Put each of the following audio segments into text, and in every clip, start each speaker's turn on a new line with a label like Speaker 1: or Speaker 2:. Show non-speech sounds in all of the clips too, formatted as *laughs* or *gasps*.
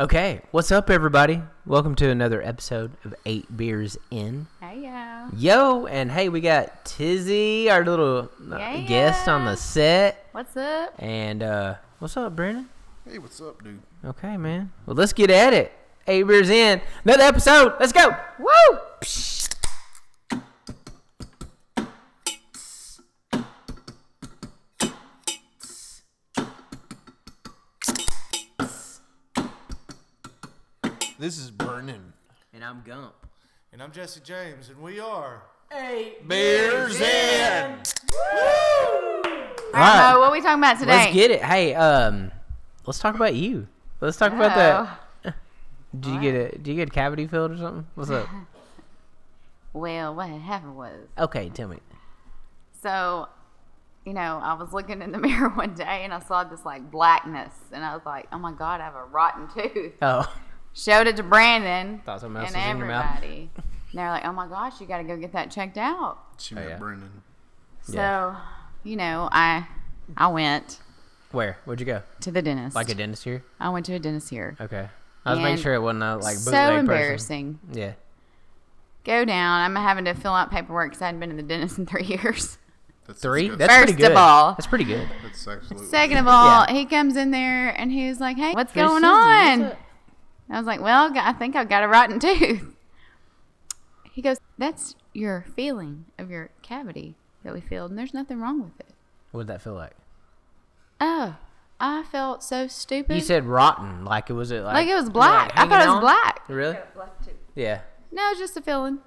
Speaker 1: Okay, what's up, everybody? Welcome to another episode of Eight Beers In.
Speaker 2: Hey, yeah.
Speaker 1: Yo, and hey, we got Tizzy, our little uh,
Speaker 2: Yeah.
Speaker 1: guest on the set.
Speaker 2: What's up?
Speaker 1: And uh, what's up, Brandon?
Speaker 3: Hey, what's up, dude?
Speaker 1: Okay, man. Well, let's get at it. Eight Beers In, another episode. Let's go. Woo!
Speaker 3: This is Vernon.
Speaker 1: And I'm Gump.
Speaker 4: And I'm Jesse James, and we are.
Speaker 1: Eight
Speaker 3: Beers in.
Speaker 1: All right.
Speaker 2: Oh, what are we talking about today?
Speaker 1: Let's get it. Hey, um, let's talk about you. Let's talk about
Speaker 2: Oh,
Speaker 1: that. Did you get a Did you get a cavity filled or something? What's
Speaker 2: *laughs*
Speaker 1: up?
Speaker 2: Well, what happened was,
Speaker 1: Okay, tell me.
Speaker 2: so, you know, I was looking in the *laughs* mirror one day and I saw this like blackness, and I was like, oh my god, I have a rotten tooth.
Speaker 1: Oh, *laughs*
Speaker 2: Showed it to Brandon
Speaker 1: Thought something else
Speaker 2: and
Speaker 1: was in your mouth.
Speaker 2: everybody. And they're like, oh my gosh, you got to go get that checked out.
Speaker 3: She
Speaker 1: yeah.
Speaker 3: met Brennan.
Speaker 2: So,
Speaker 1: Yeah.
Speaker 2: you know, I I went
Speaker 1: where? Where'd you go?
Speaker 2: to the dentist.
Speaker 1: Like a dentist here?
Speaker 2: I went to a dentist here.
Speaker 1: Okay. I was making
Speaker 2: And
Speaker 1: sure it wasn't a like bootleg
Speaker 2: so
Speaker 1: person.
Speaker 2: embarrassing.
Speaker 1: Yeah.
Speaker 2: Go down. I'm having to fill out paperwork because I hadn't been to the dentist in three *laughs* years.
Speaker 3: That's
Speaker 1: Three.
Speaker 3: disgusting.
Speaker 1: That's pretty
Speaker 2: First of
Speaker 1: good.
Speaker 2: all.
Speaker 1: That's pretty good.
Speaker 3: That's absolutely.
Speaker 2: Second of all, he comes in there and he was like, "Hey, what's going on?" I was like, "Well, I think I've got a rotten tooth." He goes, "That's your feeling of your cavity that we feel, and there's nothing wrong with it."
Speaker 1: What did that feel like?
Speaker 2: Oh, I felt so stupid.
Speaker 1: You said rotten. Like it was it like
Speaker 2: like it was black. I
Speaker 1: hanging
Speaker 2: thought it was
Speaker 1: on?
Speaker 2: black.
Speaker 1: Really? Yeah.
Speaker 2: No, it's just a feeling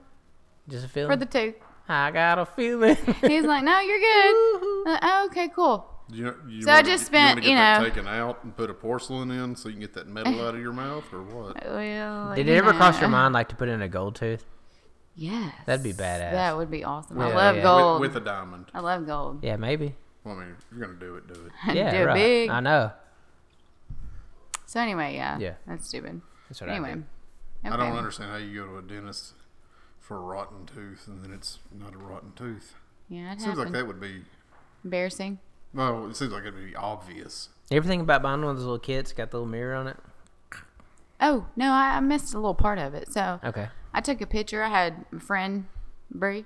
Speaker 1: Just a feeling.
Speaker 2: for the tooth.
Speaker 1: I got a
Speaker 2: *laughs*
Speaker 1: feeling.
Speaker 2: He's like, "No,
Speaker 1: *laughs*
Speaker 2: you're good." I'm like, "Oh, okay, cool.
Speaker 3: You, you
Speaker 2: So I
Speaker 3: wanna
Speaker 2: just
Speaker 3: get-
Speaker 2: spent,
Speaker 3: You,
Speaker 2: you
Speaker 3: wanna get
Speaker 2: know-
Speaker 3: that taken out and put a porcelain in so you can get
Speaker 2: *laughs*
Speaker 3: that metal out of your mouth, or what?
Speaker 2: Well,
Speaker 1: Did
Speaker 2: you
Speaker 1: it ever cross
Speaker 2: know.
Speaker 1: your mind like to put in a gold tooth?
Speaker 2: Yes,
Speaker 1: That'd be badass.
Speaker 2: That would be awesome. I
Speaker 1: Yeah,
Speaker 2: love
Speaker 1: yeah.
Speaker 2: gold.
Speaker 3: With, with a diamond.
Speaker 2: I love gold.
Speaker 1: Yeah, maybe.
Speaker 3: Well, I mean, if you're gonna do it, do it.
Speaker 1: Yeah,
Speaker 2: *laughs* do it
Speaker 1: right.
Speaker 2: big.
Speaker 1: I know.
Speaker 2: So anyway, yeah.
Speaker 1: Yeah.
Speaker 2: That's stupid.
Speaker 1: That's what
Speaker 2: anyway.
Speaker 1: I did.
Speaker 2: *laughs* Okay.
Speaker 3: I don't understand how you go to a dentist for a rotten tooth and then it's not a rotten tooth.
Speaker 2: Yeah, it
Speaker 3: Seems like
Speaker 2: happened.
Speaker 3: that would be.
Speaker 2: Embarrassing.
Speaker 3: Well, it seems like it'd be obvious.
Speaker 1: You ever think about buying one of those little kits? Got the little mirror on it.
Speaker 2: Oh no, I, I missed a little part of it. So
Speaker 1: Okay.
Speaker 2: I took a picture. I had my friend Bree.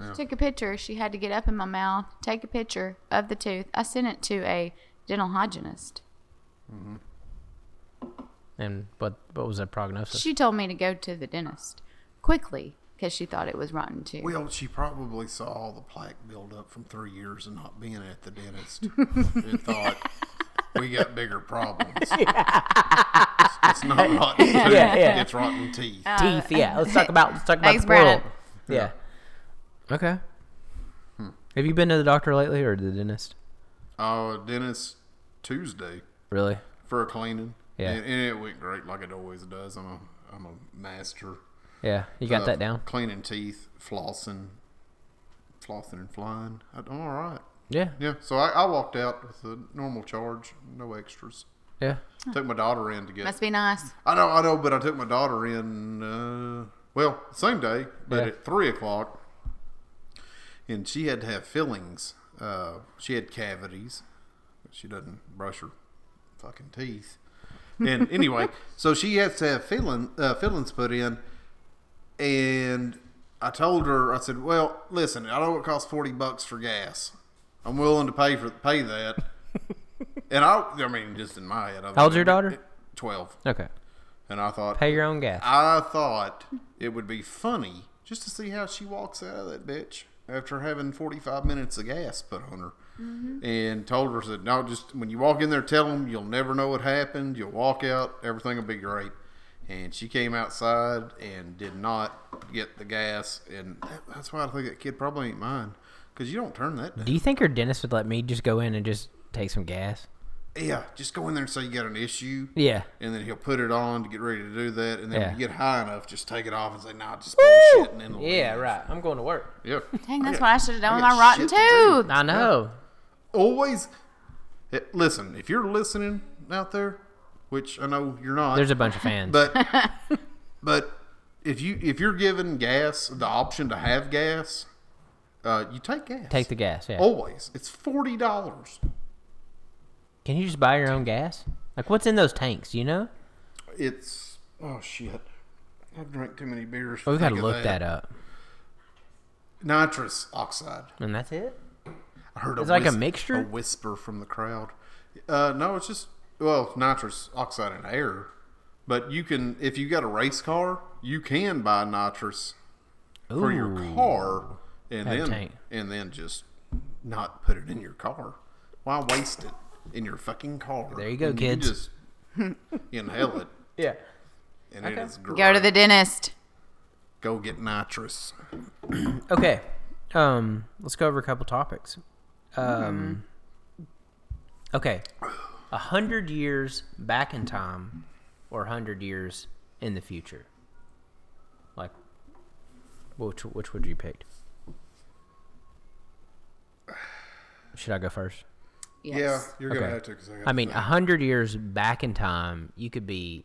Speaker 3: Yeah.
Speaker 2: She took a picture. She had to get up in my mouth, take a picture of the tooth. I sent it to a dental hygienist.
Speaker 1: And what what was that prognosis?
Speaker 2: She told me to go to the dentist quickly because she thought it was rotten tooth.
Speaker 3: Well, she probably saw all the plaque build up from three years and not being at
Speaker 1: *laughs*
Speaker 3: the dentist and thought, we got
Speaker 1: *laughs*
Speaker 3: bigger problems. It's- It's not rotten tooth,
Speaker 1: Yeah, yeah. Uh,
Speaker 3: it's rotten teeth.
Speaker 1: Teeth. Yeah. Let's talk about let's talk about
Speaker 2: Thanks,
Speaker 1: the world.
Speaker 2: Brandon.
Speaker 1: Yeah. Hmm. Okay. Have you been to the doctor lately or the dentist?
Speaker 3: Oh, dentist Tuesday
Speaker 1: Really?
Speaker 3: for a cleaning.
Speaker 1: Yeah.
Speaker 3: And, and it went great like it always does. I'm a, I'm a master.
Speaker 1: Yeah. You got
Speaker 3: of
Speaker 1: that down?
Speaker 3: Cleaning teeth, flossing, flossing and flying. I- I'm all right.
Speaker 1: Yeah.
Speaker 3: Yeah, so I, I walked out with a normal charge, no extras.
Speaker 1: Yeah.
Speaker 3: Took my daughter in to get
Speaker 2: Must be nice.
Speaker 3: I know, I know, but I took my daughter in, uh, well, same day, but
Speaker 1: Yeah.
Speaker 3: at three o'clock, and she had to have fillings. Uh, she had cavities, but she doesn't brush her fucking teeth. And
Speaker 1: *laughs*
Speaker 3: anyway, so she has to have filling, uh, fillings put in, and I told her, I said, "Well, listen, I know it costs forty bucks for gas. I'm willing to pay for pay that."
Speaker 1: *laughs*
Speaker 3: and I, I mean, just in my head, I
Speaker 1: How old's your daughter?
Speaker 3: Twelve.
Speaker 1: Okay.
Speaker 3: And I thought,
Speaker 1: Pay your own gas.
Speaker 3: I thought it would be funny just to see how she walks out of that bitch after having 45 minutes of gas put on her. And told her, said, no, just when you walk in there, tell them you'll never know what happened. You'll walk out, everything will be great. And she came outside and did not get the gas. And that- that's why I think that kid probably ain't mine. Because you don't turn that down.
Speaker 1: Do you think her dentist would let me just go in and just take some gas?
Speaker 3: Yeah, just go in there and say you got an issue.
Speaker 1: Yeah.
Speaker 3: and then he'll put it on to get ready to do that. And then
Speaker 1: Yeah.
Speaker 3: when you get high enough, just take it off and say, "Nah, just bullshit." And then it'll
Speaker 1: Yeah,
Speaker 3: leave.
Speaker 1: right. I'm going to work.
Speaker 3: Yeah,
Speaker 2: Dang, that's
Speaker 3: Yeah.
Speaker 2: what I should have done with
Speaker 3: I
Speaker 2: my
Speaker 3: got
Speaker 2: rotten
Speaker 3: shit to do.
Speaker 2: tooth.
Speaker 1: I know.
Speaker 3: always eh, listen. If you're listening out there, which I know you're not,
Speaker 1: There's a bunch of fans.
Speaker 3: *laughs* but
Speaker 1: *laughs*
Speaker 3: but if you if you're given gas the option to have gas, uh, you take gas.
Speaker 1: take the gas, yeah.
Speaker 3: always. It's forty dollars.
Speaker 1: Can you just buy your own gas? Like what's in those tanks, do you know?
Speaker 3: it's oh shit. I've drank too many beers.
Speaker 1: We've got to
Speaker 3: think of
Speaker 1: look that up.
Speaker 3: Nitrous oxide.
Speaker 1: And that's it?
Speaker 3: I heard
Speaker 1: It's like a mixture?
Speaker 3: A whisper from the crowd. Uh, no, it's just well nitrous oxide and air. But you can, if you got a race car, you can buy nitrous for your
Speaker 1: Ooh.
Speaker 3: car, and
Speaker 1: Have a
Speaker 3: then
Speaker 1: tank.
Speaker 3: and then just not put it in your car. Why waste it in your fucking car?
Speaker 1: There you go,
Speaker 3: And
Speaker 1: kids.
Speaker 3: just *laughs* inhale it,
Speaker 1: Yeah.
Speaker 3: and it is great.
Speaker 2: Go to the dentist.
Speaker 3: go get nitrous.
Speaker 1: Okay. Um, let's go over a couple topics. Um,
Speaker 3: Mm-hmm.
Speaker 1: okay. A hundred years back in time or a hundred years in the future. Like, which, which would you pick? Should I go first?
Speaker 2: Yes.
Speaker 3: Yeah, you're
Speaker 1: Okay.
Speaker 3: gonna have to. Cause I, gotta
Speaker 1: I mean, a
Speaker 3: think.
Speaker 1: hundred years back in time, you could be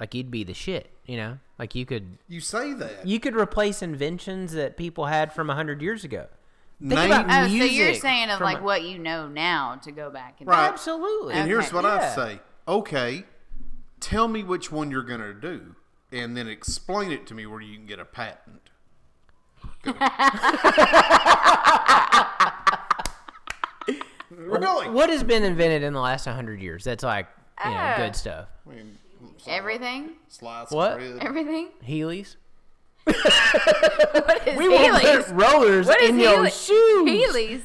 Speaker 1: like you'd be the shit, you know? Like you could
Speaker 3: you say that.
Speaker 1: you could replace inventions that people had from a hundred years ago. Think
Speaker 3: Name-
Speaker 1: about
Speaker 2: Oh, so you're
Speaker 1: music
Speaker 2: saying of
Speaker 1: from
Speaker 2: like
Speaker 1: a-
Speaker 2: what you know now to go back and
Speaker 3: Right.
Speaker 1: Absolutely.
Speaker 3: And here's
Speaker 2: Okay.
Speaker 3: what
Speaker 1: Yeah.
Speaker 3: I say. Okay, tell me which one you're going to do, and then explain it to me where you can get a patent. Go.
Speaker 2: *laughs*
Speaker 3: really?
Speaker 1: What has been invented in the last 100 years that's like, you know,
Speaker 2: Oh.
Speaker 1: good stuff?
Speaker 3: I mean, sli-
Speaker 2: everything,
Speaker 3: Slice
Speaker 1: What?
Speaker 3: bread.
Speaker 2: everything.
Speaker 1: Heelys?
Speaker 2: What is
Speaker 1: We will
Speaker 2: Heelys?
Speaker 1: put *laughs* rollers
Speaker 2: What is
Speaker 1: in your
Speaker 2: Heelys?
Speaker 1: shoes.
Speaker 2: Heelys.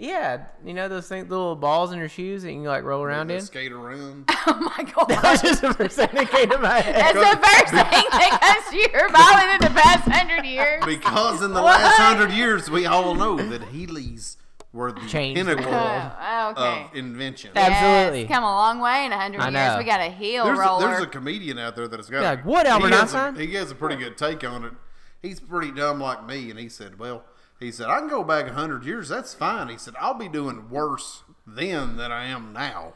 Speaker 1: Yeah, you know those things, little balls in your shoes that you can like roll around *laughs* in?
Speaker 3: Skate around.
Speaker 2: *laughs* Oh *laughs* my god.
Speaker 1: That was just the first thing that came to my head.
Speaker 2: *laughs* That's the first thing that comes to your mind within the past *laughs* hundred years.
Speaker 3: Because in the
Speaker 2: What?
Speaker 3: last hundred years, we all know that Heelys were the
Speaker 1: Changed the
Speaker 3: pinnacle
Speaker 1: world.
Speaker 2: Oh, okay.
Speaker 3: of invention.
Speaker 1: That-
Speaker 2: Yes,
Speaker 1: Absolutely.
Speaker 2: come a long way in a hundred
Speaker 1: I
Speaker 2: years.
Speaker 1: know.
Speaker 2: We got a heel
Speaker 3: There's a,
Speaker 2: roller.
Speaker 3: there's a comedian out there that's got
Speaker 1: Like,
Speaker 3: a-
Speaker 1: what, Albert
Speaker 3: he has, a,
Speaker 1: Einstein?
Speaker 3: he has a pretty good take on it. He's pretty dumb like me, and he said, "Well, he said I can go back hundred years. That's fine." He said I'll be doing worse then than I am now.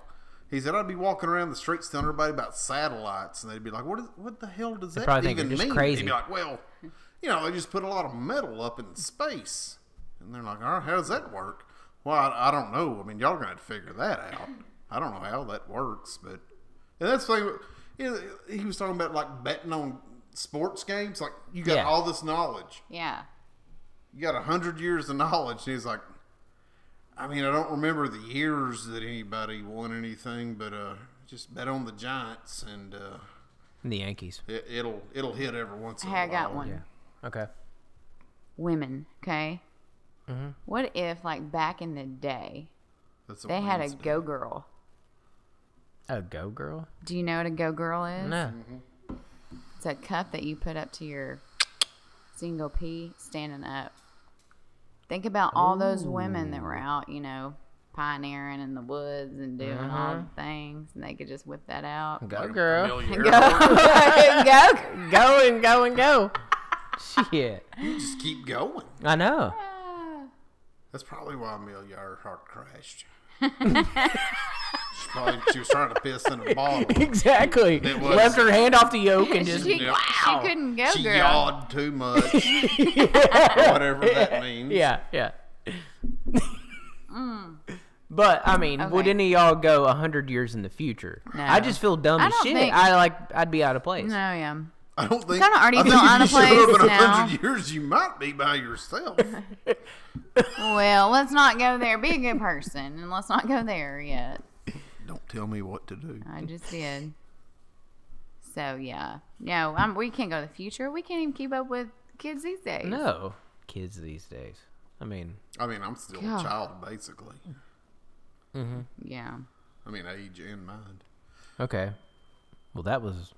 Speaker 3: He said I'd be walking around the streets telling everybody about satellites, and they'd be like, "What? Is, what the hell does that
Speaker 1: probably think
Speaker 3: even
Speaker 1: you're just
Speaker 3: mean?"
Speaker 1: crazy.
Speaker 3: He'd be like, "Well, you know, they just put a lot of metal up in space," and they're like, "All right, how does that work?" Well, I, I don't know. I mean, y'all gonna have to figure that out. I don't know how that works, but and that's the thing. You know, he was talking about like betting on sports games. Like you got
Speaker 1: Yeah.
Speaker 3: all this knowledge.
Speaker 2: yeah.
Speaker 3: You got a hundred years of knowledge. And he's like, I mean, I don't remember the years that anybody won anything, but uh, just bet on the Giants, and uh,
Speaker 1: The Yankees.
Speaker 3: it, it'll it'll hit every once in a
Speaker 2: Hey,
Speaker 3: while.
Speaker 2: I got one.
Speaker 1: Oh, Yeah. Okay.
Speaker 2: Women, okay?
Speaker 1: Mm-hmm.
Speaker 2: What if, like, back in the day,
Speaker 3: That's
Speaker 2: they had a
Speaker 3: Wednesday.
Speaker 2: go girl?
Speaker 1: A Oh, go girl?
Speaker 2: Do you know what a go girl is?
Speaker 1: No.
Speaker 3: Mm-hmm.
Speaker 2: It's a cup that you put up to your single pee standing up. Think about all those women that were out, you know, pioneering in the woods and doing all the things, and they could just whip that out.
Speaker 1: Go girl.
Speaker 2: *laughs*
Speaker 3: Familiar.
Speaker 2: go
Speaker 1: *laughs*
Speaker 2: girl. *laughs*
Speaker 1: Go and go and go. Shit.
Speaker 3: You just keep going.
Speaker 1: I know.
Speaker 3: That's probably why Amelia
Speaker 2: *laughs*
Speaker 3: Earhart crashed. she, probably, she was trying to piss in a bottle.
Speaker 1: *laughs* Exactly.
Speaker 3: It was-
Speaker 1: Left her hand off the yoke and
Speaker 2: *laughs*
Speaker 1: just
Speaker 2: She,
Speaker 3: Yeah.
Speaker 2: she couldn't go,
Speaker 3: she
Speaker 2: girl.
Speaker 3: yawed too much,
Speaker 1: *laughs*
Speaker 2: *laughs*
Speaker 3: or whatever that means.
Speaker 1: Yeah, yeah. *laughs* Mm. But I mean, would
Speaker 2: Okay.
Speaker 1: any of y'all go a hundred years in the future?
Speaker 2: No.
Speaker 1: I just feel dumb
Speaker 2: I
Speaker 1: as
Speaker 2: don't
Speaker 1: shit.
Speaker 2: think-
Speaker 1: I like, I'd be out of place.
Speaker 2: No, Oh, yeah.
Speaker 3: I don't think.
Speaker 2: kinda already
Speaker 3: I think
Speaker 2: feel
Speaker 3: if
Speaker 2: out of
Speaker 3: you showed up
Speaker 2: place
Speaker 3: in a
Speaker 2: now.
Speaker 3: hundred years, you might be
Speaker 2: *laughs*
Speaker 3: by yourself.
Speaker 2: Well, let's not go there. Be a good person, and let's not go there yet.
Speaker 3: don't tell me what to do.
Speaker 2: I just did. So yeah, no, I'm, we can't go to the future. We can't even keep up with kids these days.
Speaker 1: *laughs* No. kids these days. I mean,
Speaker 3: I mean, I'm still
Speaker 2: God.
Speaker 3: a child, basically.
Speaker 2: Yeah.
Speaker 3: I mean, age and
Speaker 2: *laughs*
Speaker 3: mind.
Speaker 1: okay. Well, that was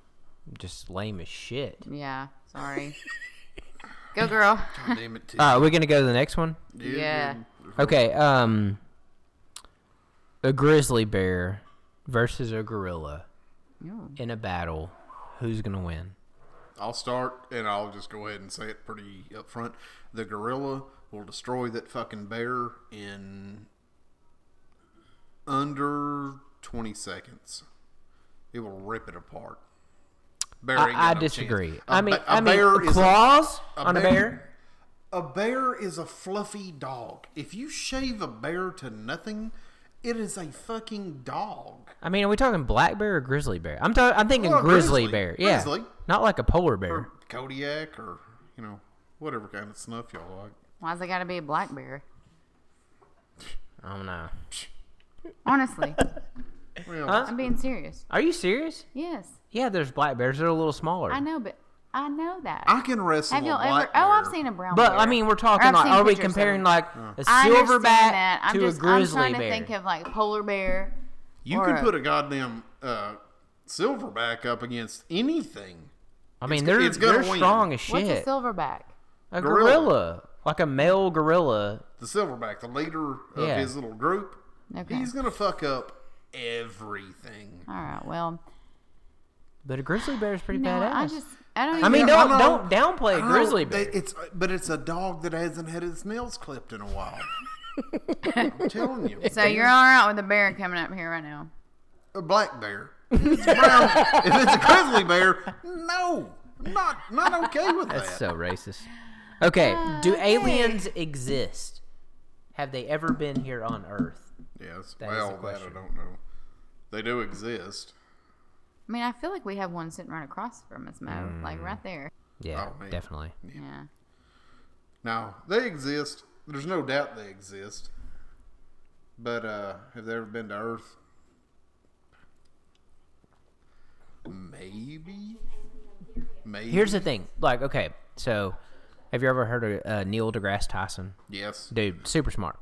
Speaker 1: just lame as shit.
Speaker 2: Yeah.
Speaker 1: *laughs*
Speaker 2: Sorry. go, girl.
Speaker 3: God damn it, too.
Speaker 1: Uh, we're gonna go to the next one.
Speaker 2: yeah.
Speaker 1: Okay. Um, a grizzly bear versus a gorilla
Speaker 2: Ooh.
Speaker 1: in a battle. Who's gonna win?
Speaker 3: I'll start, and I'll just go ahead and say it pretty up front. The gorilla will destroy that fucking bear in under 20 seconds. It will rip it apart. Bear ain't got
Speaker 1: I, I
Speaker 3: no
Speaker 1: disagree.
Speaker 3: chance. A
Speaker 1: I mean,
Speaker 3: ba- a
Speaker 1: I mean,
Speaker 3: is a-
Speaker 1: claws on a bear.
Speaker 3: A bear is a fluffy dog. If you shave a bear to nothing, It is a fucking dog.
Speaker 1: I mean, are we talking black bear or grizzly bear? I'm talking. I'm thinking
Speaker 3: Oh,
Speaker 1: grizzly,
Speaker 3: grizzly.
Speaker 1: bear. Yeah,
Speaker 3: Grizzly.
Speaker 1: not like a polar bear.
Speaker 3: Or Kodiak or, you know, whatever kind of snuff y'all like.
Speaker 2: Why's it got to be a black bear?
Speaker 1: I don't know.
Speaker 2: Honestly,
Speaker 3: Well,
Speaker 2: I'm being serious.
Speaker 1: Are you serious?
Speaker 2: Yes,
Speaker 1: Yeah, there's black bears. They're a little smaller.
Speaker 2: I know, but I know that.
Speaker 3: I can wrestle
Speaker 2: Have
Speaker 3: a
Speaker 2: y'all ever?
Speaker 3: black
Speaker 2: Oh, I've
Speaker 3: bear.
Speaker 2: seen a brown.
Speaker 1: But
Speaker 2: bear.
Speaker 1: I mean, we're
Speaker 2: Or
Speaker 1: talking
Speaker 2: I've
Speaker 1: like,
Speaker 2: seen
Speaker 1: are we
Speaker 2: pictures of
Speaker 1: comparing
Speaker 2: them.
Speaker 1: like a
Speaker 2: I understand
Speaker 1: silverback
Speaker 2: that. I'm
Speaker 1: to
Speaker 2: just,
Speaker 1: a grizzly
Speaker 2: I'm trying
Speaker 1: bear?
Speaker 2: to think of like polar bear.
Speaker 3: You
Speaker 2: or
Speaker 3: can
Speaker 2: a-
Speaker 3: put a goddamn uh, silverback up against anything.
Speaker 1: I mean,
Speaker 3: it's-
Speaker 1: they're
Speaker 3: it's gonna
Speaker 1: they're
Speaker 3: win.
Speaker 1: strong as
Speaker 2: What's a
Speaker 1: shit.
Speaker 2: silverback?
Speaker 1: A gorilla.
Speaker 3: Gorilla.
Speaker 1: like a male gorilla.
Speaker 3: The silverback, the leader of
Speaker 1: Yeah.
Speaker 3: his little group,
Speaker 2: Okay.
Speaker 3: he's gonna fuck up everything.
Speaker 2: All right. Well,
Speaker 1: But a grizzly bear is pretty
Speaker 2: no,
Speaker 1: badass.
Speaker 2: I just I don't.
Speaker 1: I mean,
Speaker 3: Yeah, I
Speaker 1: don't
Speaker 3: know.
Speaker 1: don't downplay a
Speaker 3: I know
Speaker 1: grizzly
Speaker 3: they-
Speaker 1: bear.
Speaker 3: It's but it's a dog that hasn't had its nails clipped in a while. I'm telling you,
Speaker 2: so you're all right with a bear coming up here right now.
Speaker 3: a black bear. If it's, a brown, if it's a grizzly bear, no, I'm not not okay with that.
Speaker 1: That's so racist. Okay, do aliens exist? Have they ever been here on Earth?
Speaker 3: yes,
Speaker 1: that is the
Speaker 3: well, that I
Speaker 1: question.
Speaker 3: don't know. They do exist.
Speaker 2: I mean, I feel like we have one sitting right across from us, Mo, like right
Speaker 1: Mm.
Speaker 2: there.
Speaker 1: Yeah,
Speaker 3: Oh, man.
Speaker 1: definitely.
Speaker 2: Yeah.
Speaker 3: Now they exist. There's no doubt they exist. But uh, have they ever been to Earth? Maybe. Maybe.
Speaker 1: Here's the thing. Like, okay, so have you ever heard of uh, Neil deGrasse Tyson?
Speaker 3: yes.
Speaker 1: Dude, super smart.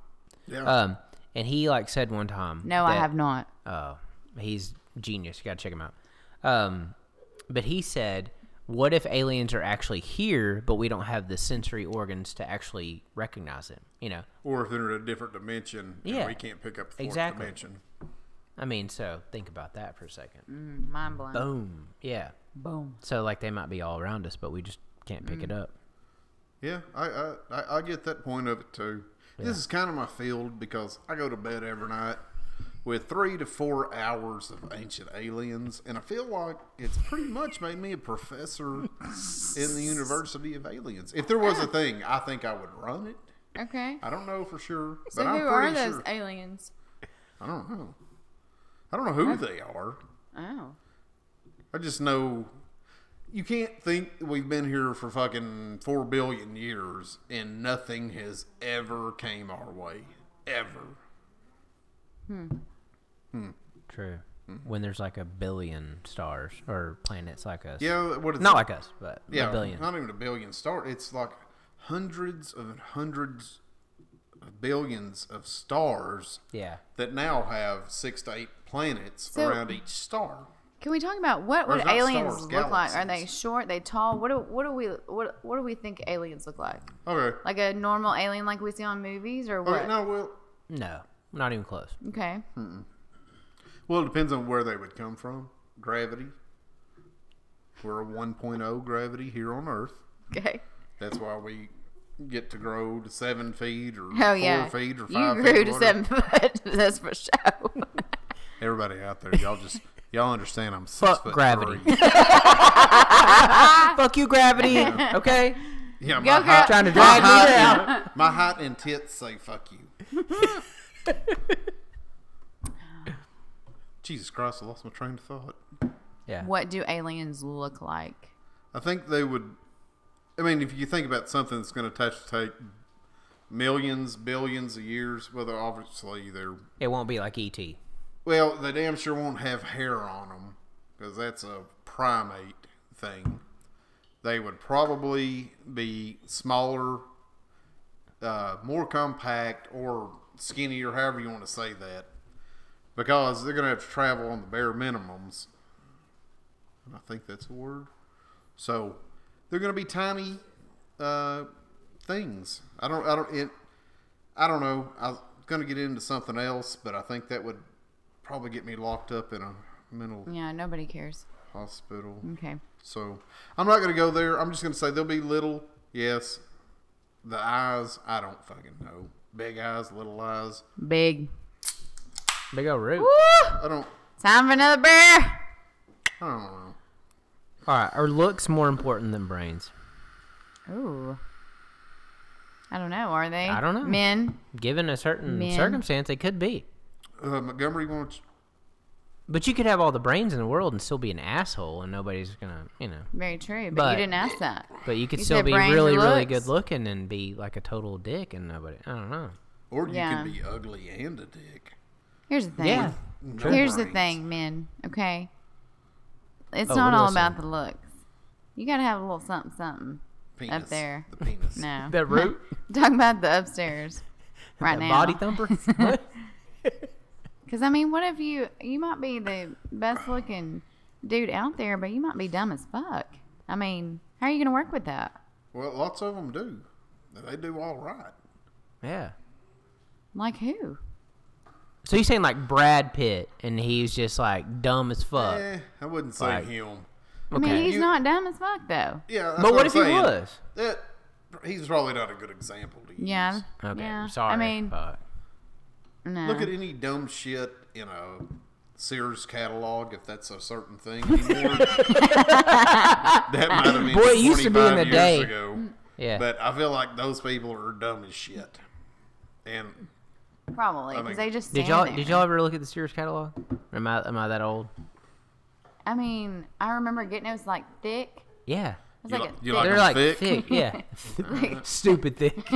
Speaker 3: Yeah.
Speaker 2: uh,
Speaker 1: Um, and he like said one time.
Speaker 2: No, I
Speaker 1: that-
Speaker 2: have not.
Speaker 1: Oh, he's genius. You gotta check him out. Um, but he said, "What if aliens are actually here, but we don't have the sensory organs to actually recognize them?" You know,
Speaker 3: or if they're in a different dimension, and
Speaker 1: Yeah.
Speaker 3: we can't pick up the fourth
Speaker 1: Exactly.
Speaker 3: dimension.
Speaker 1: I mean, so think about that for a second.
Speaker 2: Mind blown.
Speaker 1: Boom. Yeah.
Speaker 2: Boom. Mm.
Speaker 1: So like they might be all around us, but we just can't pick it up.
Speaker 3: Yeah, I, I I- I get that point of it too. This is kind of my field because I go to bed every night with three to four hours of ancient aliens, and I feel like it's pretty much made me a professor in the University of Aliens. If there was a thing, I think I would run it.
Speaker 2: Okay.
Speaker 3: I don't know for sure,
Speaker 2: So
Speaker 3: but I'm
Speaker 2: who are
Speaker 3: pretty
Speaker 2: those
Speaker 3: sure.
Speaker 2: aliens?
Speaker 3: I don't know. I don't know who they are.
Speaker 2: Oh.
Speaker 3: I just know you can't think we've been here for fucking four billion years and nothing has ever came our way. Ever.
Speaker 1: True.
Speaker 2: Mm-hmm.
Speaker 1: When there's like a billion stars or planets like us.
Speaker 3: Yeah, what is
Speaker 1: Not
Speaker 3: it?
Speaker 1: like us, but
Speaker 3: yeah,
Speaker 1: a billion.
Speaker 3: Not even a billion star. It's like hundreds of hundreds of billions of stars
Speaker 1: yeah.
Speaker 3: that now have six to eight planets
Speaker 2: So-
Speaker 3: around each star.
Speaker 2: Can we talk about what
Speaker 3: Or
Speaker 2: would
Speaker 3: not
Speaker 2: aliens
Speaker 3: stars,
Speaker 2: look like? Are they
Speaker 3: galaxies.
Speaker 2: short? they tall? What do what do we what what do we think aliens look like?
Speaker 3: Okay.
Speaker 2: Like a normal alien like we see on movies or what?
Speaker 3: Okay, no, well hmm.
Speaker 1: No. Not even close.
Speaker 2: Okay.
Speaker 3: well it depends on where they would come from. Gravity. We're a 1.0 gravity here on Earth.
Speaker 2: *laughs* Okay.
Speaker 3: That's why we get to grow to seven feet or
Speaker 2: Oh
Speaker 3: four
Speaker 2: yeah.
Speaker 3: feet or
Speaker 2: you
Speaker 3: five
Speaker 2: grew
Speaker 3: feet.
Speaker 2: to
Speaker 3: whatever.
Speaker 2: seven *laughs* foot. That's
Speaker 1: *laughs*
Speaker 2: for sure.
Speaker 3: Everybody out there, y'all just *laughs* y'all understand I'm six
Speaker 1: Fuck
Speaker 3: foot
Speaker 1: gravity.
Speaker 3: three.
Speaker 1: *laughs*
Speaker 2: Ah.
Speaker 1: Fuck you,
Speaker 2: *laughs*
Speaker 1: gravity. okay.
Speaker 3: Yeah, my,
Speaker 2: Go, girl.
Speaker 3: height,
Speaker 1: Trying to
Speaker 3: my,
Speaker 1: drag me down.
Speaker 3: height and, my height and tits say fuck
Speaker 2: *laughs*
Speaker 3: you. Jesus Christ, I lost my train of thought.
Speaker 1: Yeah.
Speaker 2: what do aliens look like?
Speaker 3: I think they would. I mean, if you think about something that's going to take millions, billions of years, well, they're obviously they're
Speaker 1: It won't be like E E.T.
Speaker 3: Well, they damn sure won't have hair on them because that's a primate thing. They would probably be smaller, uh, more compact, or skinnier, however you want to say that, because they're going to have to travel on the bare minimums. And I think that's a word. So they're going to be tiny uh, things. I don't. I don't. It. I don't know. I was going to get into something else, but I think that would probably get me locked up in a mental
Speaker 2: Yeah, nobody cares.
Speaker 3: hospital.
Speaker 2: Okay.
Speaker 3: So I'm not going to go there. I'm just going to say they'll be little. Yes. The eyes. I don't fucking know. Big eyes, little eyes.
Speaker 2: Big.
Speaker 1: Big old root.
Speaker 3: I don't.
Speaker 2: Time for another bear.
Speaker 3: I don't know.
Speaker 1: All right. Are looks more important than brains?
Speaker 2: Ooh. I don't know. Are they?
Speaker 1: I don't know.
Speaker 2: Men.
Speaker 1: Given a certain
Speaker 2: Men.
Speaker 1: circumstance, they could be.
Speaker 3: Uh, Montgomery wants.
Speaker 1: But you could have all the brains in the world and still be an asshole, and nobody's gonna, you know.
Speaker 2: Very true. But,
Speaker 1: But-
Speaker 2: you didn't ask that.
Speaker 1: But you could
Speaker 2: You
Speaker 1: still
Speaker 2: said
Speaker 1: be
Speaker 2: brains
Speaker 1: really,
Speaker 2: and
Speaker 1: really
Speaker 2: looks.
Speaker 1: good looking and be like a total dick, and nobody. I don't know.
Speaker 3: Or you
Speaker 2: Yeah.
Speaker 3: can be ugly and a dick.
Speaker 2: Here's the thing.
Speaker 1: Yeah.
Speaker 3: No
Speaker 2: Here's the
Speaker 3: brains.
Speaker 2: thing, men. Okay. It's
Speaker 1: Oh,
Speaker 2: not
Speaker 1: what
Speaker 2: all
Speaker 1: was I
Speaker 2: about the looks. You gotta have a little something, something.
Speaker 3: Penis.
Speaker 2: there.
Speaker 3: The penis.
Speaker 2: No. *laughs*
Speaker 1: That root,
Speaker 2: Talking about the upstairs right
Speaker 1: that
Speaker 2: now.
Speaker 1: body
Speaker 2: *laughs*
Speaker 1: thumper. What?
Speaker 2: Because I mean, what if you you might be the best looking dude out there, but you might be dumb as fuck. I mean, how are you gonna work with that?
Speaker 3: Well, lots of them do. They do all right.
Speaker 1: yeah.
Speaker 2: Like who?
Speaker 1: So you're saying like Brad Pitt, and he's just like dumb as fuck.
Speaker 3: Eh, I wouldn't say
Speaker 1: Like-
Speaker 3: him.
Speaker 2: Uh, I mean,
Speaker 1: Okay.
Speaker 2: he's
Speaker 3: You-
Speaker 2: not dumb as fuck though.
Speaker 3: Yeah, that's
Speaker 1: but what
Speaker 3: I'm
Speaker 1: if he
Speaker 3: saying.
Speaker 1: was?
Speaker 3: That, he's probably not a good example to use.
Speaker 2: Yeah.
Speaker 1: Okay,
Speaker 2: yeah.
Speaker 1: sorry.
Speaker 2: I mean,
Speaker 1: Fuck.
Speaker 2: no.
Speaker 3: Look at
Speaker 1: Mm-hmm.
Speaker 3: any dumb shit in a Sears catalog, if that's a certain
Speaker 1: *laughs*
Speaker 3: thing anymore. that might have been
Speaker 1: Boy, it used to be in
Speaker 3: 25
Speaker 1: the
Speaker 3: years
Speaker 1: day. Mm.
Speaker 3: ago.
Speaker 1: yeah.
Speaker 3: But I feel like those people are dumb as shit. And
Speaker 2: Probably
Speaker 3: I
Speaker 2: because
Speaker 3: mean-
Speaker 2: they just
Speaker 1: did
Speaker 2: stand
Speaker 1: y'all
Speaker 2: there.
Speaker 1: did y'all ever look at the Sears catalog? Am I am I that old?
Speaker 2: I mean, I remember getting it was like thick. It
Speaker 1: Yeah.
Speaker 2: was
Speaker 3: You
Speaker 2: like
Speaker 3: li-
Speaker 2: a
Speaker 3: you
Speaker 2: thick.
Speaker 3: like
Speaker 1: They're
Speaker 3: 'em
Speaker 1: like
Speaker 3: thick?
Speaker 1: thick, yeah. *laughs*
Speaker 2: *laughs*
Speaker 1: Stupid thick.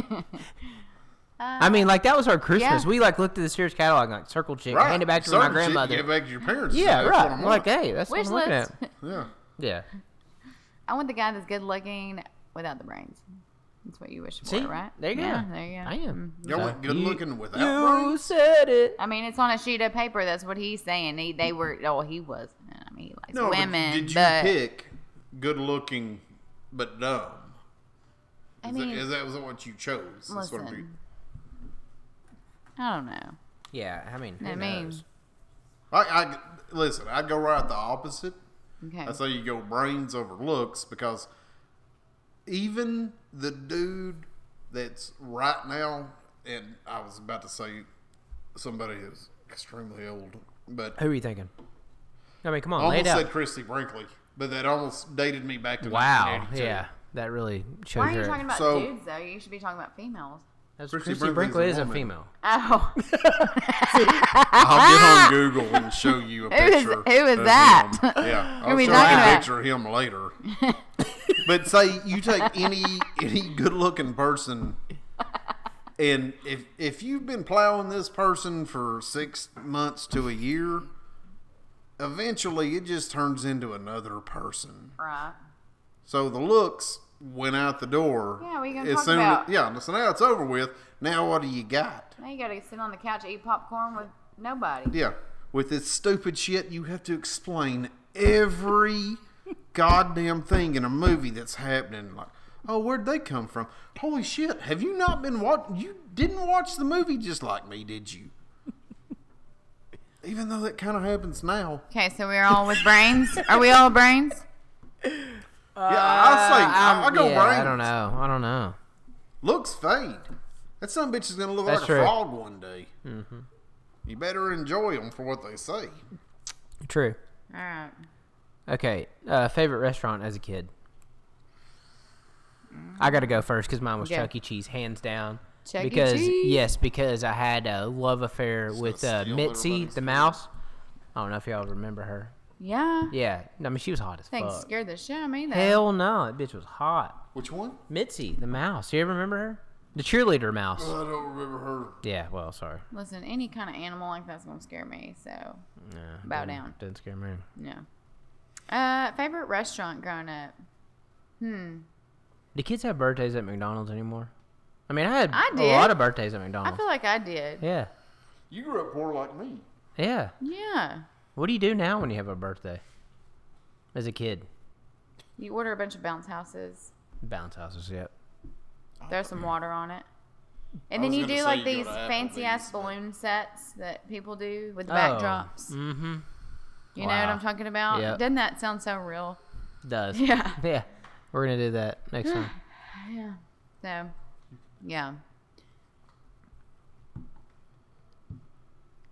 Speaker 1: I mean, like that was our Christmas.
Speaker 2: Uh, yeah.
Speaker 1: We like looked at the Sears catalog, and, like circle chick, hand it back to my
Speaker 3: Certain shit you
Speaker 1: grandmother.
Speaker 3: Give back to your parents.
Speaker 1: yeah,
Speaker 3: That's what
Speaker 1: right.
Speaker 3: I'm
Speaker 1: I'm like,
Speaker 3: on.
Speaker 1: hey, that's what
Speaker 2: Wish
Speaker 1: I'm looking
Speaker 2: list.
Speaker 1: at.
Speaker 3: Yeah.
Speaker 1: Yeah.
Speaker 2: *laughs* I want the guy that's good looking without the brains. That's what you wish for,
Speaker 1: See?
Speaker 2: right?
Speaker 1: There you go.
Speaker 2: Yeah, there you go.
Speaker 1: I am.
Speaker 3: Y'all went good looking without
Speaker 1: You
Speaker 3: brains?
Speaker 1: said it.
Speaker 2: I mean, it's on a sheet of paper. That's what he's saying. He, they were. Oh, he was. I mean, he likes
Speaker 3: No, but
Speaker 2: women. But,
Speaker 3: did you pick good looking but dumb?
Speaker 2: I
Speaker 3: Is,
Speaker 2: mean,
Speaker 3: that, is that was what you chose? That's what I'm
Speaker 2: listen. I don't know.
Speaker 1: Yeah, I mean, who
Speaker 2: I mean,
Speaker 1: knows?
Speaker 3: I, I listen. I go right the opposite.
Speaker 2: okay.
Speaker 3: I say you go brains over looks because even the dude that's right now, and I was about to say somebody who's extremely old, but
Speaker 1: Who are you thinking? I mean, come
Speaker 3: I
Speaker 1: on, lay
Speaker 3: almost
Speaker 1: it
Speaker 3: said
Speaker 1: out.
Speaker 3: Christy Brinkley, but that almost dated me back to
Speaker 1: Wow.
Speaker 3: 1982.
Speaker 1: Yeah, that really shows
Speaker 2: Why are
Speaker 1: your.
Speaker 2: you talking about
Speaker 3: So-
Speaker 2: dudes though? You should be talking about females.
Speaker 1: That's
Speaker 3: Christie
Speaker 1: Christie
Speaker 3: Brinkley's
Speaker 1: Brinkley
Speaker 3: a
Speaker 1: is a
Speaker 3: woman.
Speaker 1: female. *laughs*
Speaker 2: Oh,
Speaker 3: I'll get on Google and show you a
Speaker 2: Ah! *laughs* Who is-
Speaker 3: picture.
Speaker 2: who is
Speaker 3: of
Speaker 2: that? *laughs*
Speaker 3: him. Yeah, I'll
Speaker 2: we
Speaker 3: show you
Speaker 2: talking
Speaker 3: a
Speaker 2: about?
Speaker 3: picture of him later.
Speaker 2: *laughs*
Speaker 3: but say you take any any good looking person, and if if you've been plowing this person for six months to a year, eventually it just turns into another person.
Speaker 2: right.
Speaker 3: So the looks went out the door.
Speaker 2: Yeah, what you gonna
Speaker 3: as
Speaker 2: talk
Speaker 3: soon-
Speaker 2: about?
Speaker 3: Yeah, so now it's over with. Now what do you got?
Speaker 2: Now you gotta sit on the couch and eat popcorn with nobody.
Speaker 3: Yeah. With this stupid shit, you have to explain every goddamn thing in a movie that's happening. Like, oh, where'd they come from? Holy shit! Have you not been watching? You didn't watch the movie just like me, did you? Even though that kind of happens now.
Speaker 2: Okay, so we're all with brains. Are we all
Speaker 3: *laughs*
Speaker 2: brains?
Speaker 3: yeah, I say I, I
Speaker 1: Um,
Speaker 3: go
Speaker 1: yeah,
Speaker 3: brains.
Speaker 1: I don't know. I don't know.
Speaker 3: Looks fade. That some bitch is gonna look
Speaker 1: That's
Speaker 3: like
Speaker 1: true. Mm-hmm.
Speaker 3: a frog one day. You better enjoy them for what they say.
Speaker 1: True.
Speaker 2: All right.
Speaker 1: Okay. Uh, favorite restaurant as a kid. I got to go first because mine was
Speaker 2: Go.
Speaker 1: Chuck E. Cheese, hands down.
Speaker 2: Chuck E.
Speaker 1: because
Speaker 2: Cheese.
Speaker 1: yes, because I had a love affair with
Speaker 3: gonna
Speaker 1: uh,
Speaker 3: steal
Speaker 1: Mitzi
Speaker 3: everybody's
Speaker 1: the mouse. I don't know if y'all remember her.
Speaker 2: Yeah.
Speaker 1: Yeah, I mean she was hot as
Speaker 2: Thing
Speaker 1: fuck.
Speaker 2: scared the shit out of me though.
Speaker 1: Hell no, that bitch was hot.
Speaker 3: Which one?
Speaker 1: Mitzi the mouse. You ever remember her? The cheerleader mouse.
Speaker 3: I don't remember her.
Speaker 1: Yeah. Well, sorry.
Speaker 2: Listen, any kind of animal like that's gonna scare me. So
Speaker 1: Nah,
Speaker 2: Bow
Speaker 1: didn't-
Speaker 2: down.
Speaker 1: Didn't scare me.
Speaker 2: no. Uh, favorite restaurant growing up. Hmm.
Speaker 1: Do kids have birthdays at McDonald's anymore? I mean, I had
Speaker 2: I
Speaker 1: a
Speaker 2: did.
Speaker 1: lot of birthdays at
Speaker 2: I
Speaker 1: McDonald's.
Speaker 2: feel like I did.
Speaker 1: yeah,
Speaker 3: You grew up more like me.
Speaker 1: yeah.
Speaker 2: Yeah.
Speaker 1: What do you do now when you have a birthday? As a kid,
Speaker 2: You order a bunch of bounce houses.
Speaker 1: bounce houses. Yep.
Speaker 2: Throw some water on it. And
Speaker 3: I
Speaker 2: then
Speaker 3: was
Speaker 2: you
Speaker 3: gonna
Speaker 2: do
Speaker 3: say
Speaker 2: like
Speaker 3: you go to
Speaker 2: these fancy ass
Speaker 3: Applebee's, but-
Speaker 2: balloon sets that people do with
Speaker 1: Oh,
Speaker 2: backdrops.
Speaker 1: Mm-hmm.
Speaker 2: You know what
Speaker 1: wow.
Speaker 2: I'm talking about?
Speaker 1: Yep.
Speaker 2: Doesn't that sound so real?
Speaker 1: Does.
Speaker 2: *laughs* Yeah.
Speaker 1: *laughs* Yeah. We're gonna do that next
Speaker 2: *gasps*
Speaker 1: time.
Speaker 2: Yeah. So, yeah.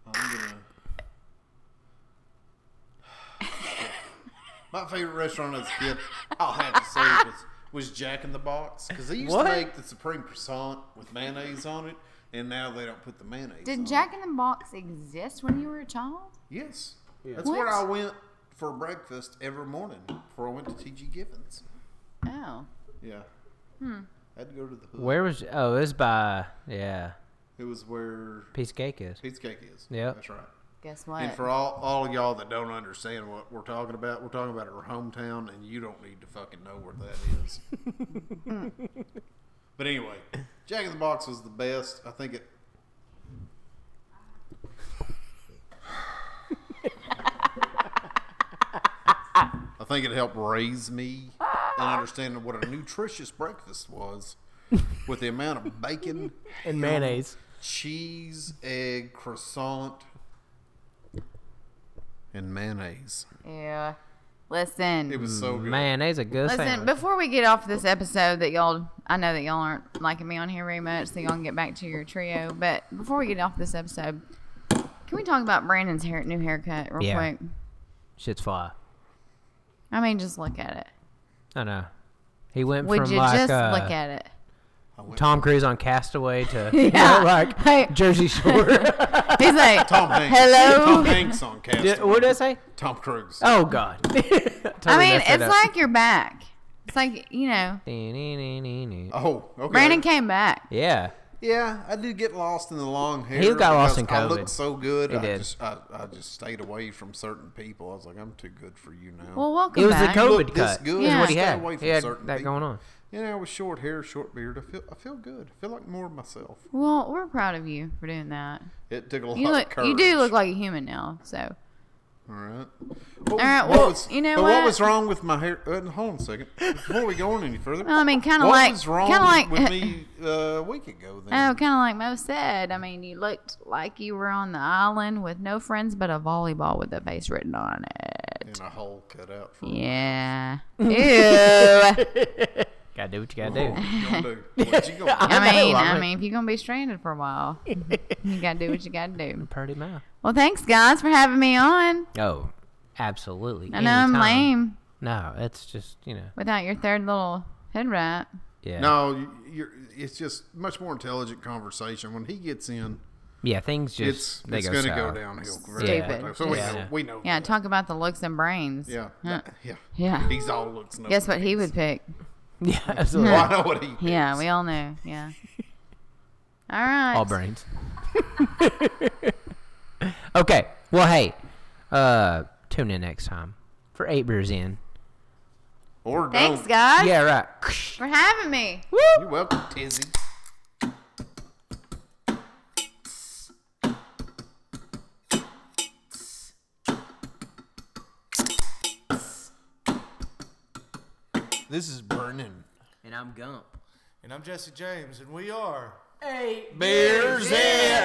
Speaker 3: I'm gonna. *sighs* My favorite restaurant as a kid, I'll have to say, was, was Jack in the Box because they used
Speaker 1: What?
Speaker 3: to make the supreme croissant with mayonnaise on it, and now they don't put the mayonnaise. on
Speaker 2: Did
Speaker 3: it.
Speaker 2: Jack in the Box exist when you were a child?
Speaker 3: Yes,
Speaker 1: Yeah.
Speaker 3: that's
Speaker 2: What?
Speaker 3: where I went for breakfast every morning before I went to T.G. Gibbons.
Speaker 2: Oh.
Speaker 3: Yeah. I had to go to the hood.
Speaker 1: Where was? Oh, it was by yeah,
Speaker 3: It was where
Speaker 1: piece of cake is.
Speaker 3: Pete's Cake is.
Speaker 1: Yep.
Speaker 3: That's right.
Speaker 2: Guess what?
Speaker 3: And for all, all of y'all that don't understand what we're talking about, we're talking about our hometown, and you don't need to fucking know where that is. but anyway, Jack in the Box was the best. I think it. I think it helped raise me in understanding what a nutritious breakfast was with the amount of bacon,
Speaker 1: And mayonnaise.
Speaker 3: cheese, egg, croissant, and mayonnaise.
Speaker 2: yeah. Listen.
Speaker 3: It was so good.
Speaker 1: Mayonnaise a good
Speaker 2: Listen,
Speaker 1: sandwich.
Speaker 2: before we get off this episode that y'all I know that y'all aren't liking me on here very much, so y'all can get back to your trio. But before we get off this episode, can we talk about Brandon's hair new haircut real
Speaker 1: Yeah.
Speaker 2: quick?
Speaker 1: Shit's fly.
Speaker 2: I mean just look at it.
Speaker 1: I know. He went
Speaker 2: Would
Speaker 1: from
Speaker 2: you
Speaker 1: like
Speaker 2: just
Speaker 1: uh,
Speaker 2: look at it?
Speaker 3: I went-
Speaker 1: Tom Cruise on Castaway
Speaker 2: *laughs*
Speaker 1: to
Speaker 2: Yeah.
Speaker 1: like
Speaker 2: Hey.
Speaker 1: Jersey
Speaker 2: *laughs*
Speaker 1: Shore.
Speaker 2: He's like
Speaker 3: *laughs* Tom Hanks.
Speaker 2: Hello?
Speaker 3: Tom Hanks on cast.
Speaker 1: Yeah, what did I say?
Speaker 3: Tom Cruise.
Speaker 1: Oh God. Totally
Speaker 2: *laughs* I mean,
Speaker 1: messed it
Speaker 2: it's
Speaker 1: up.
Speaker 2: like you're back. It's like, you know,
Speaker 3: Oh, okay.
Speaker 2: Brandon came back.
Speaker 1: Yeah.
Speaker 3: Yeah, I did get lost in the long hair.
Speaker 1: He got lost
Speaker 3: because
Speaker 1: in
Speaker 3: I
Speaker 1: COVID.
Speaker 3: looked so good.
Speaker 1: He
Speaker 3: I
Speaker 1: did.
Speaker 3: just I, I just stayed away from certain people. I was like, I'm too good for you now.
Speaker 2: Well, welcome
Speaker 1: It was the
Speaker 2: back.
Speaker 3: You
Speaker 1: COVID
Speaker 3: look this
Speaker 1: cut.
Speaker 3: good,
Speaker 1: Is what
Speaker 2: Yeah.
Speaker 1: he
Speaker 3: stay
Speaker 1: had.
Speaker 3: away
Speaker 1: He
Speaker 3: from
Speaker 1: had
Speaker 3: certain
Speaker 1: that
Speaker 3: people.
Speaker 1: going on.
Speaker 3: yeah, with short hair, short beard, I feel I feel good. I feel like more of myself.
Speaker 2: well, we're proud of you for doing that.
Speaker 3: It took a lot
Speaker 2: You
Speaker 3: of
Speaker 2: look,
Speaker 3: Oh, courage.
Speaker 2: you do look like a human now. So
Speaker 3: All right.
Speaker 2: All right, well, you know
Speaker 3: but
Speaker 2: what?
Speaker 3: what was wrong with my hair? Uh, hold on a second. Before we go on any further,
Speaker 2: Well, I mean, kinda
Speaker 3: what
Speaker 2: like-
Speaker 3: was wrong
Speaker 2: kinda like- *laughs*
Speaker 3: with me uh, a week ago. Then
Speaker 2: Oh, kind of like Mo said. I mean, you looked like you were on the island with no friends but a volleyball with a face written on it.
Speaker 3: and a hole cut out. For *laughs*
Speaker 2: Yeah. Ew.
Speaker 1: Gotta do what you gotta
Speaker 3: What
Speaker 1: do.
Speaker 3: you gonna
Speaker 2: *laughs*
Speaker 3: do? What you gonna do?
Speaker 2: I mean,
Speaker 1: know,
Speaker 2: I
Speaker 1: I'm-
Speaker 2: mean, if you're gonna be stranded for a
Speaker 3: *laughs*
Speaker 2: while, you gotta do what you gotta do.
Speaker 1: Pretty mouth.
Speaker 2: Well, thanks guys for having me on.
Speaker 1: Oh, absolutely.
Speaker 2: I know I'm
Speaker 1: Anytime.
Speaker 2: lame
Speaker 1: No, it's just you know.
Speaker 2: without your third little head wrap.
Speaker 1: Yeah.
Speaker 3: No, you- you're, it's just much more intelligent conversation. When he gets in,
Speaker 1: Yeah, things just
Speaker 3: it's
Speaker 1: they
Speaker 3: it's
Speaker 1: go
Speaker 3: going to go
Speaker 1: south.
Speaker 3: downhill.
Speaker 1: Yeah.
Speaker 3: quickly. So we
Speaker 1: Yeah.
Speaker 3: know. We know.
Speaker 2: Yeah,
Speaker 3: that.
Speaker 2: talk about the looks and brains.
Speaker 3: Yeah. Yeah.
Speaker 2: Yeah.
Speaker 3: He's all looks. No
Speaker 2: Guess what he would pick?
Speaker 1: *laughs* Yeah, absolutely.
Speaker 3: Well, I know what he.
Speaker 2: Yeah,
Speaker 3: thinks.
Speaker 2: we all know. Yeah. All right.
Speaker 1: All brains. okay. Well, hey, uh, tune in next time for eight beers in.
Speaker 3: Or
Speaker 2: Thanks,
Speaker 3: don't.
Speaker 2: guys,
Speaker 1: Yeah, right.
Speaker 2: *laughs* for having me.
Speaker 3: You're welcome, Tizzy. This is Vernon.
Speaker 1: And I'm Gump.
Speaker 4: And I'm Jesse James, and we are.
Speaker 1: Hey.
Speaker 3: Beers in.